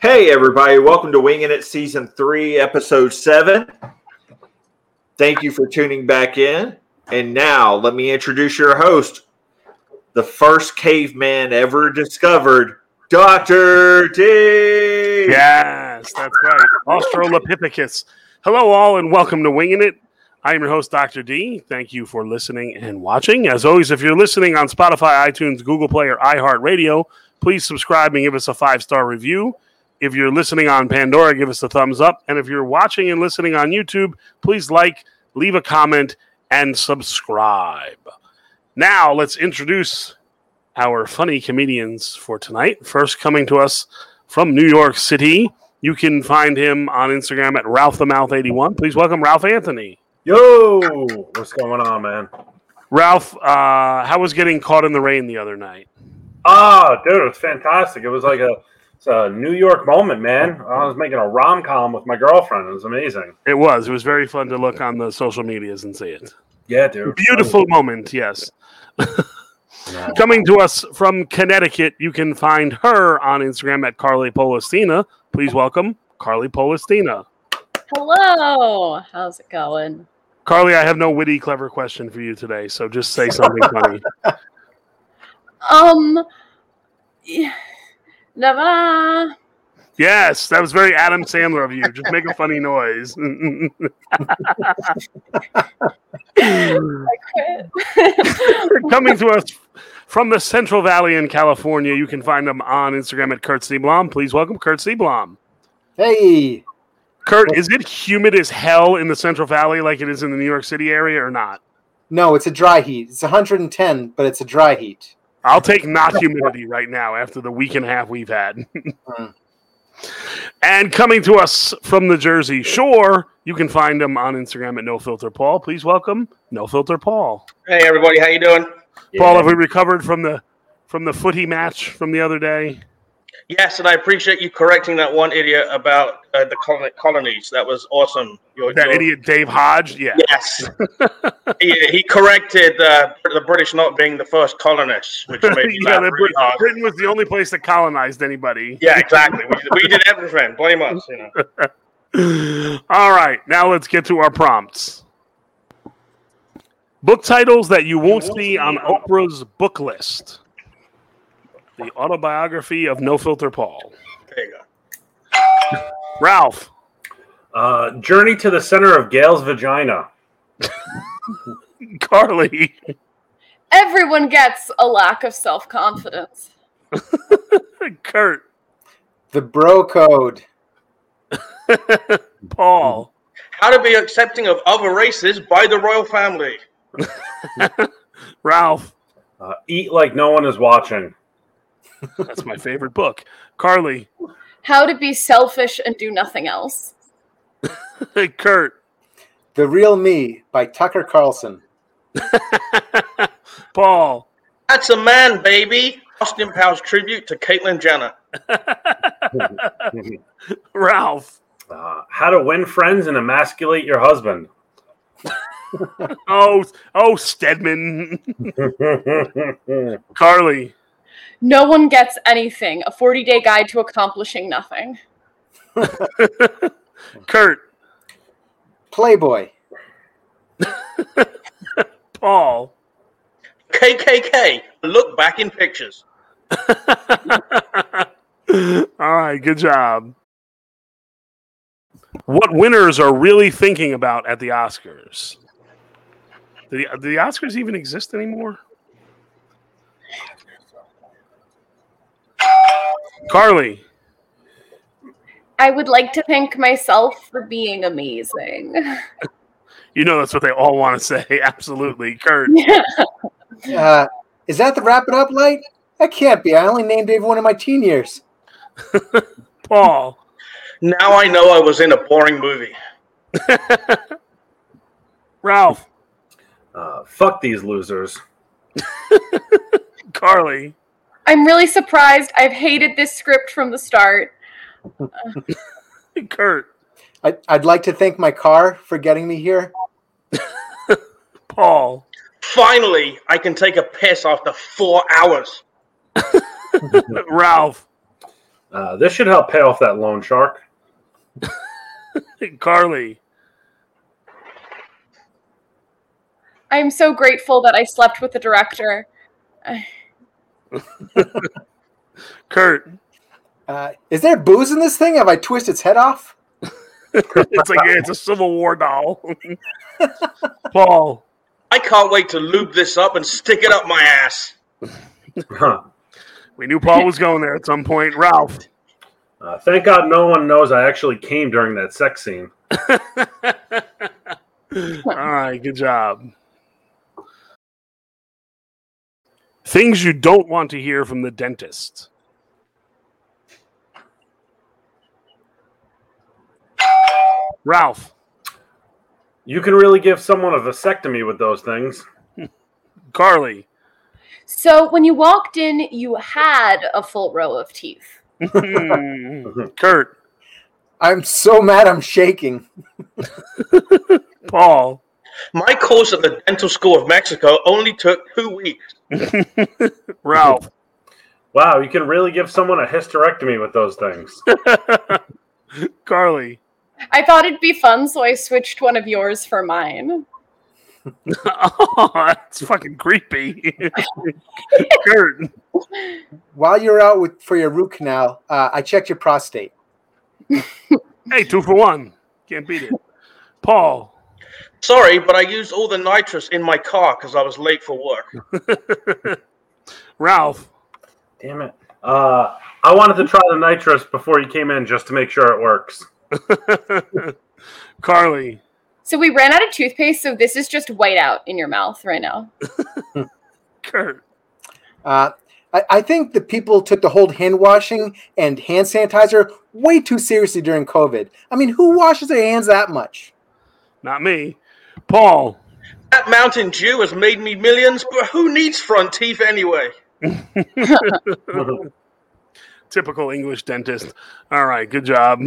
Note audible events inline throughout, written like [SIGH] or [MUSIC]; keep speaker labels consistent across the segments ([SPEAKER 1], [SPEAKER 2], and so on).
[SPEAKER 1] Hey, everybody, welcome to Winging It Season 3, Episode 7. Thank you for tuning back in. And now let me introduce your host, the first caveman ever discovered, Dr. D.
[SPEAKER 2] Yes, that's right. Australopithecus. Hello, all, and welcome to Winging It. I am your host, Dr. D. Thank you for listening and watching. As always, if you're listening on Spotify, iTunes, Google Play, or iHeartRadio, please subscribe and give us a five star review. If you're listening on Pandora, give us a thumbs up. And if you're watching and listening on YouTube, please like, leave a comment, and subscribe. Now, let's introduce our funny comedians for tonight. First, coming to us from New York City. You can find him on Instagram at Ralph the Mouth 81. Please welcome Ralph Anthony.
[SPEAKER 3] Yo, what's going on, man?
[SPEAKER 2] Ralph, uh, how was getting caught in the rain the other night?
[SPEAKER 3] Oh, dude, it was fantastic. It was like a, it's a New York moment, man. I was making a rom com with my girlfriend. It was amazing.
[SPEAKER 2] It was. It was very fun to look on the social medias and see it.
[SPEAKER 3] Yeah, dude.
[SPEAKER 2] Beautiful moment, yes.
[SPEAKER 3] No.
[SPEAKER 2] Coming to us from Connecticut, you can find her on Instagram at Carly Polestina. Please welcome Carly Polestina.
[SPEAKER 4] Hello. How's it going?
[SPEAKER 2] Carly, I have no witty, clever question for you today, so just say something funny.
[SPEAKER 4] Um. yeah, Never.
[SPEAKER 2] Yes, that was very Adam Sandler of you. Just make a funny noise. [LAUGHS]
[SPEAKER 4] I quit.
[SPEAKER 2] Coming to us from the Central Valley in California, you can find him on Instagram at Kurt Seablom. Please welcome Kurt Seablom.
[SPEAKER 5] Hey,
[SPEAKER 2] Kurt, is it humid as hell in the Central Valley like it is in the New York City area or not?
[SPEAKER 5] no, it's a dry heat. It's 110, but it's a dry heat.
[SPEAKER 2] I'll take not humidity right now after the week and a half we've had. [LAUGHS]
[SPEAKER 5] Mm.
[SPEAKER 2] and coming to us from the Jersey Shore, you can find him on Instagram at No Filter Paul. Please welcome No Filter Paul.
[SPEAKER 6] Hey everybody, how you doing?
[SPEAKER 2] Paul, have we recovered from the from the footy match from the other day?
[SPEAKER 6] Yes, and I appreciate you correcting that one idiot about uh, the colon- colonies. That was awesome. Your-
[SPEAKER 2] That
[SPEAKER 6] your-
[SPEAKER 2] idiot Dave Hodge? Yeah. [LAUGHS]
[SPEAKER 6] Yes, he, he corrected uh, the British not being the first colonists, which made me
[SPEAKER 2] [LAUGHS] Yeah,
[SPEAKER 6] laugh
[SPEAKER 2] that
[SPEAKER 6] really
[SPEAKER 2] Brit-
[SPEAKER 6] hard.
[SPEAKER 2] Britain was the only place that colonized anybody.
[SPEAKER 6] Yeah, exactly. We, we did everything. Blame us. You
[SPEAKER 2] [LAUGHS]
[SPEAKER 6] know.
[SPEAKER 2] [SIGHS] All right, now let's get to our prompts. Book titles that you won't see on Oprah's book list. The autobiography of No Filter Paul.
[SPEAKER 6] There you go.
[SPEAKER 2] Ralph, [LAUGHS]
[SPEAKER 3] Uh, Journey to the Center of Gail's Vagina.
[SPEAKER 2] Carly,
[SPEAKER 4] Everyone gets a lack of self confidence.
[SPEAKER 2] [LAUGHS] Kurt,
[SPEAKER 5] The bro code.
[SPEAKER 2] Paul,
[SPEAKER 6] How to be accepting of other races by the royal family.
[SPEAKER 2] Ralph.
[SPEAKER 3] Uh, eat like no one is watching.
[SPEAKER 2] That's my favorite book. Carly,
[SPEAKER 4] How to be selfish and do nothing else.
[SPEAKER 2] [LAUGHS] Kurt,
[SPEAKER 5] The Real Me by Tucker Carlson.
[SPEAKER 2] Paul,
[SPEAKER 6] That's a man, baby. Austin Powers tribute to Caitlyn Jenner.
[SPEAKER 2] Ralph.
[SPEAKER 3] Uh, how to win friends and emasculate your husband.
[SPEAKER 2] Oh, oh, Stedman, Carly,
[SPEAKER 4] No one gets anything. A 40 day guide to accomplishing nothing.
[SPEAKER 2] Kurt,
[SPEAKER 5] Playboy.
[SPEAKER 2] Paul, [LAUGHS]
[SPEAKER 6] KKK. Look back in pictures.
[SPEAKER 2] All right, good job. What winners are really thinking about at the Oscars? Do the, do the Oscars even exist anymore? Carly,
[SPEAKER 4] I would like to thank myself for being amazing.
[SPEAKER 2] you know that's what they all want to say. [LAUGHS] Absolutely. Kurt,
[SPEAKER 5] Uh, is that the wrap it up light? That can't be. I only named everyone in my teen years.
[SPEAKER 2] Paul,
[SPEAKER 6] Now I know I was in a boring movie.
[SPEAKER 2] Ralph,
[SPEAKER 3] Uh, fuck these losers.
[SPEAKER 2] Carly,
[SPEAKER 4] I'm really surprised. I've hated this script from the start.
[SPEAKER 2] Kurt,
[SPEAKER 5] I, I'd like to thank my car for getting me here.
[SPEAKER 2] Paul,
[SPEAKER 6] Finally, I can take a piss after four hours.
[SPEAKER 2] Ralph,
[SPEAKER 3] Uh, this should help pay off that loan shark. [LAUGHS]
[SPEAKER 2] Carly,
[SPEAKER 4] I'm so grateful that I slept with the director.
[SPEAKER 2] Kurt.
[SPEAKER 5] Uh, is there booze in this thing? Have I twisted its head off?
[SPEAKER 2] it's like it's a Civil War doll. [LAUGHS] Paul,
[SPEAKER 6] I can't wait to lube this up and stick it up my ass.
[SPEAKER 3] Huh.
[SPEAKER 2] we knew Paul was going there at some point. Ralph,
[SPEAKER 3] Uh, thank God no one knows I actually came during that sex scene.
[SPEAKER 2] All right, good job. Things you don't want to hear from the dentist. Ralph,
[SPEAKER 3] You can really give someone a vasectomy with those things.
[SPEAKER 2] Carly,
[SPEAKER 4] So when you walked in, you had a full row of teeth.
[SPEAKER 2] hmm, Kurt,
[SPEAKER 5] I'm so mad I'm shaking.
[SPEAKER 2] Paul,
[SPEAKER 6] My course at the dental school of Mexico only took two weeks.
[SPEAKER 2] Ralph,
[SPEAKER 3] Wow, you can really give someone a hysterectomy with those things. [LAUGHS]
[SPEAKER 2] Carly.
[SPEAKER 4] I thought it'd be fun, so I switched one of yours for mine.
[SPEAKER 2] [LAUGHS] oh, that's fucking creepy. [LAUGHS] Kurt,
[SPEAKER 5] While you're out with for your root canal, uh, I checked your prostate.
[SPEAKER 2] hey, two for one. Can't beat it. Paul,
[SPEAKER 6] Sorry, but I used all the nitrous in my car because I was late for work.
[SPEAKER 2] Ralph,
[SPEAKER 3] Damn it. Uh, I wanted to try the nitrous before you came in just to make sure it works.
[SPEAKER 2] Carly,
[SPEAKER 4] So we ran out of toothpaste, so this is just white out in your mouth right now.
[SPEAKER 2] Kurt,
[SPEAKER 5] Uh, I, I think the people took the whole hand washing and hand sanitizer way too seriously during COVID. I mean, who washes their hands that much?
[SPEAKER 2] not me. Paul,
[SPEAKER 6] That Mountain Dew has made me millions, but who needs front teeth anyway?
[SPEAKER 3] Uh,
[SPEAKER 2] typical English dentist. All right, good job.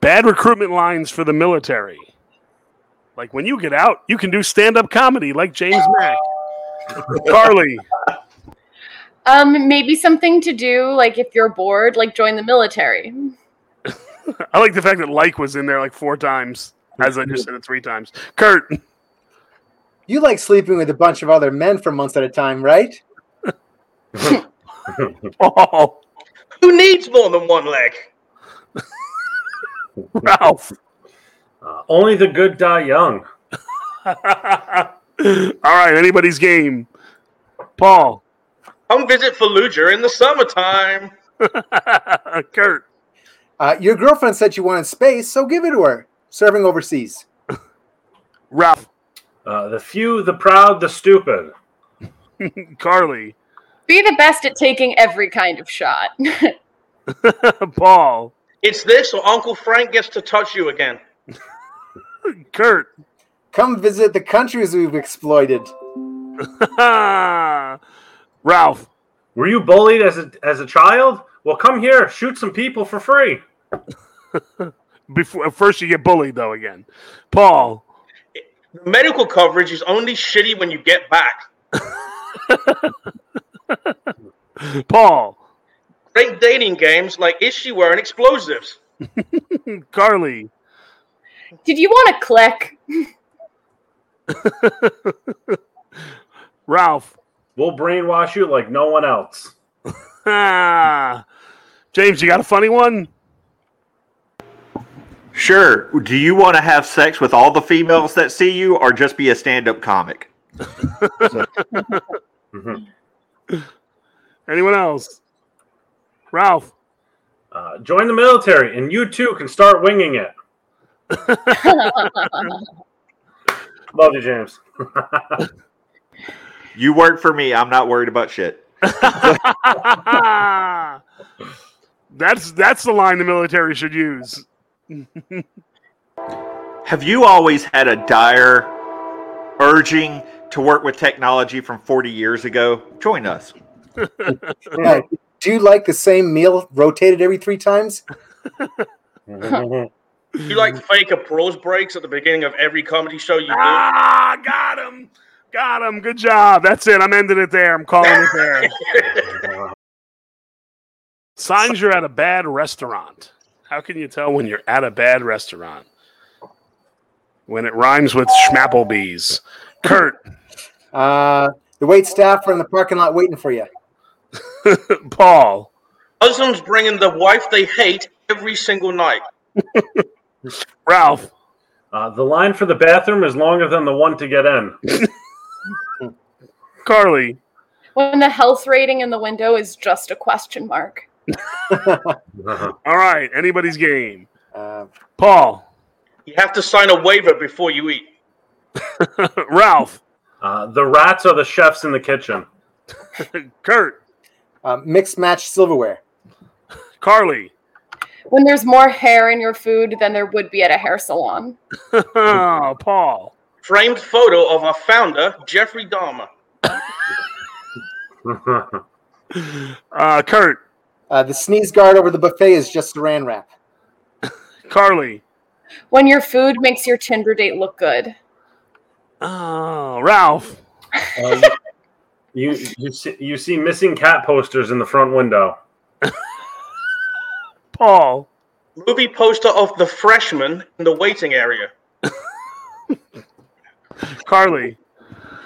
[SPEAKER 2] Bad recruitment lines for the military. Like when you get out, you can do stand up comedy like James Mack. Carly,
[SPEAKER 4] Um, maybe something to do, like if you're bored, like join the military.
[SPEAKER 2] I like the fact that like was in there like four times, as I just said it three times. Kurt, [LAUGHS]
[SPEAKER 5] You like sleeping with a bunch of other men for months at a time, right?
[SPEAKER 2] Paul,
[SPEAKER 6] Who needs more than one leg?
[SPEAKER 2] Ralph.
[SPEAKER 3] Uh, only the good die young.
[SPEAKER 2] [LAUGHS] All right, anybody's game. Paul,
[SPEAKER 6] Come visit Fallujah in the summertime.
[SPEAKER 2] [LAUGHS] Kurt,
[SPEAKER 5] Uh, your girlfriend said she wanted space, so give it to her. Serving overseas.
[SPEAKER 2] Ralph,
[SPEAKER 3] Uh, the few, the proud, the stupid.
[SPEAKER 2] Carly,
[SPEAKER 4] Be the best at taking every kind of shot.
[SPEAKER 2] [LAUGHS]
[SPEAKER 4] [LAUGHS]
[SPEAKER 2] Paul,
[SPEAKER 6] It's this or Uncle Frank gets to touch you again.
[SPEAKER 2] Kurt, [LAUGHS]
[SPEAKER 5] Come visit the countries we've exploited.
[SPEAKER 2] Ralph,
[SPEAKER 3] Were you bullied as a, as a child? Well, come here, shoot some people for free.
[SPEAKER 2] before first you get bullied though again. Paul,
[SPEAKER 6] Medical coverage is only shitty when you get back.
[SPEAKER 2] Paul,
[SPEAKER 6] Great dating games like is she wearing explosives?
[SPEAKER 2] Carly,
[SPEAKER 4] Did you want to click? [LAUGHS]
[SPEAKER 2] Ralph, [LAUGHS]
[SPEAKER 3] We'll brainwash you like no one else.
[SPEAKER 2] James, you got a funny one?
[SPEAKER 1] Sure. Do you want to have sex with all the females that see you or just be a stand up comic?
[SPEAKER 3] Mhm.
[SPEAKER 2] Anyone else? Ralph, [LAUGHS]
[SPEAKER 3] Uh, join the military, and you too can start winging it. Love you, James.
[SPEAKER 1] You work for me. I'm not worried about shit.
[SPEAKER 2] that's that's the line the military should use.
[SPEAKER 1] Have you always had a dire urging to work with technology from 40 years ago? Join us.
[SPEAKER 5] Uh, do you like the same meal rotated every three times?
[SPEAKER 6] You like fake applause breaks at the beginning of every comedy show you do.
[SPEAKER 2] Ah, got him. Got him. Good job. That's it. I'm ending it there. I'm calling it there. Signs you're at a bad restaurant. How can you tell when you're at a bad restaurant? When it rhymes with Schmapplebees. Kurt, [LAUGHS]
[SPEAKER 5] Uh, the wait staff are in the parking lot waiting for you.
[SPEAKER 2] Paul,
[SPEAKER 6] Husbands bringing the wife they hate every single night.
[SPEAKER 2] Ralph,
[SPEAKER 3] Uh, the line for the bathroom is longer than the one to get in. [LAUGHS]
[SPEAKER 2] Carly,
[SPEAKER 4] When the health rating in the window is just a question mark.
[SPEAKER 2] All right, anybody's game.
[SPEAKER 5] Uh,
[SPEAKER 2] Paul, [LAUGHS]
[SPEAKER 6] You have to sign a waiver before you eat.
[SPEAKER 2] Ralph,
[SPEAKER 3] Uh, the rats are the chefs in the kitchen. [LAUGHS]
[SPEAKER 2] Kurt,
[SPEAKER 5] uh, mixed match silverware.
[SPEAKER 2] Carly. [LAUGHS]
[SPEAKER 4] When there's more hair in your food than there would be at a hair salon.
[SPEAKER 2] Oh, Paul,
[SPEAKER 6] Framed photo of our founder, Jeffrey Dahmer.
[SPEAKER 2] uh, Kurt,
[SPEAKER 5] Uh, the sneeze guard over the buffet is just saran wrap.
[SPEAKER 2] Carly,
[SPEAKER 4] When your food makes your Tinder date look good.
[SPEAKER 2] oh, Ralph,
[SPEAKER 3] Um, you you see, you see missing cat posters in the front window.
[SPEAKER 2] Paul,
[SPEAKER 6] Movie poster of the freshman in the waiting area.
[SPEAKER 2] Carly,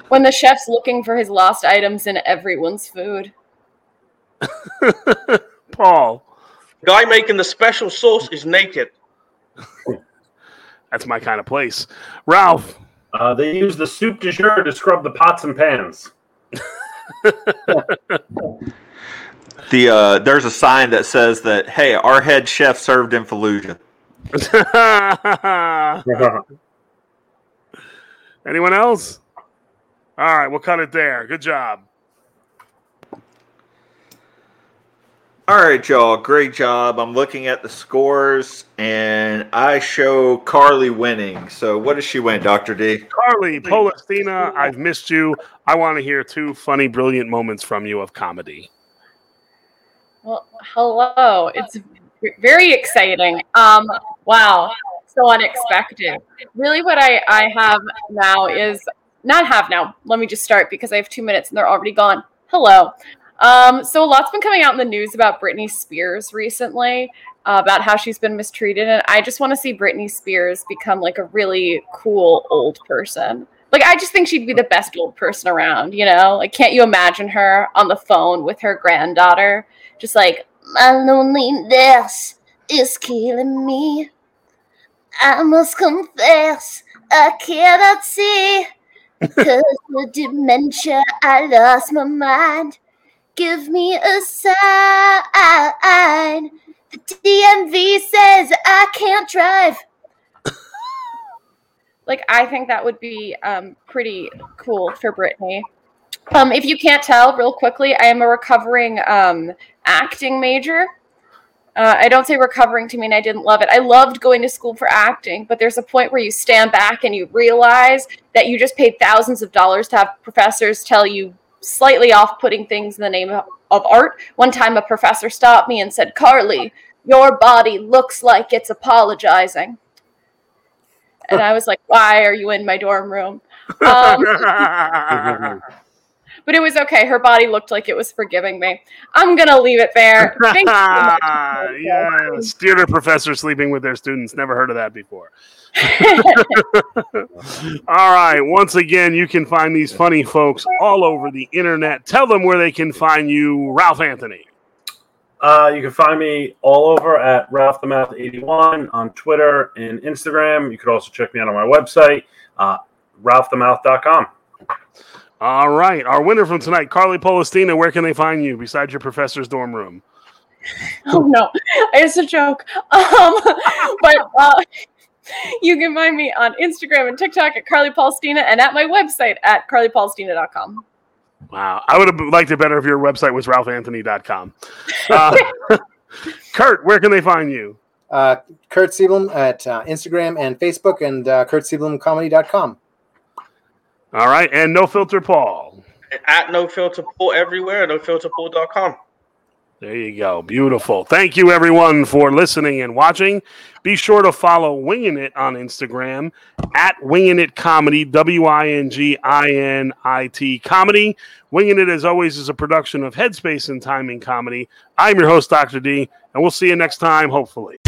[SPEAKER 4] When the chef's looking for his lost items in everyone's food.
[SPEAKER 2] Paul.
[SPEAKER 6] Guy making the special sauce is naked.
[SPEAKER 2] That's my kind of place. Ralph, [LAUGHS]
[SPEAKER 3] Uh, they use the soup du jour to scrub the pots and pans.
[SPEAKER 1] The uh, there's a sign that says that hey, our head chef served in Fallujah.
[SPEAKER 2] anyone else? All right, we'll cut it there. Good job.
[SPEAKER 1] All right, y'all, great job. I'm looking at the scores and I show Carly winning. So what does she win, Doctor D?
[SPEAKER 2] Carly, Polestina, I've missed you. I want to hear two funny, brilliant moments from you of comedy. [LAUGHS]
[SPEAKER 4] Well, hello. It's v- very exciting. Um, wow, so unexpected. Really, what I, I have now is not have now. Let me just start because I have two minutes and they're already gone. Hello. Um, so a lot's been coming out in the news about Britney Spears recently, uh, about how she's been mistreated, and I just want to see Britney Spears become like a really cool old person. Like I just think she'd be the best old person around, you know? Like can't you imagine her on the phone with her granddaughter just like
[SPEAKER 7] My loneliness is killing me. I must confess, I cannot see. Cause the dementia, I lost my mind. Give me a sign. The DMV says I can't drive.
[SPEAKER 4] like I think that would be um, pretty cool for Brittany. Um, if you can't tell, real quickly, I am a recovering um, acting major. Uh, I don't say recovering to mean I didn't love it. I loved going to school for acting, but there's a point where you stand back and you realize that you just paid thousands of dollars to have professors tell you slightly off putting things in the name of, of art. One time, a professor stopped me and said, Carly, your body looks like it's apologizing. And I was like, why are you in my dorm room?
[SPEAKER 3] Uh,
[SPEAKER 4] Um, but it was okay. Her body looked like it was forgiving me. I'm gonna leave it there. Thank you so much.
[SPEAKER 2] [LAUGHS] yes. Theater professor sleeping with their students. Never heard of that before. [LAUGHS] all right. Once again, you can find these funny folks all over the internet. Tell them where they can find you, Ralph Anthony.
[SPEAKER 3] Uh, you can find me all over at Ralph the Math 81 on Twitter and Instagram. You could also check me out on my website, uh, ralphthemouth.com.
[SPEAKER 2] All right. Our winner from tonight, Carly Polestina. Where can they find you besides your professor's dorm room?
[SPEAKER 4] Oh no, it's a joke. Um, [LAUGHS] but uh, you can find me on Instagram and TikTok at Carly Paulstina and at my website at carlypaulstina.com.
[SPEAKER 2] Wow. I would have liked it better if your website was ralphanthony.com. Uh, [LAUGHS] Kurt, where can they find you?
[SPEAKER 5] Uh, Kurt Sieblum at uh, Instagram and Facebook and uh, kurtsieblumcomedy.com.
[SPEAKER 2] All right. And no filter, Paul.
[SPEAKER 6] At No Filter Paul everywhere, nofilterpaul.com.
[SPEAKER 2] There you go. Beautiful. Thank you, everyone, for listening and watching. Be sure to follow Winging It on Instagram at Winging It Comedy, W I N G I N I T Comedy. Winging It, as always, is a production of Headspace and Timing Comedy. I'm your host, Dr. D, and we'll see you next time, hopefully.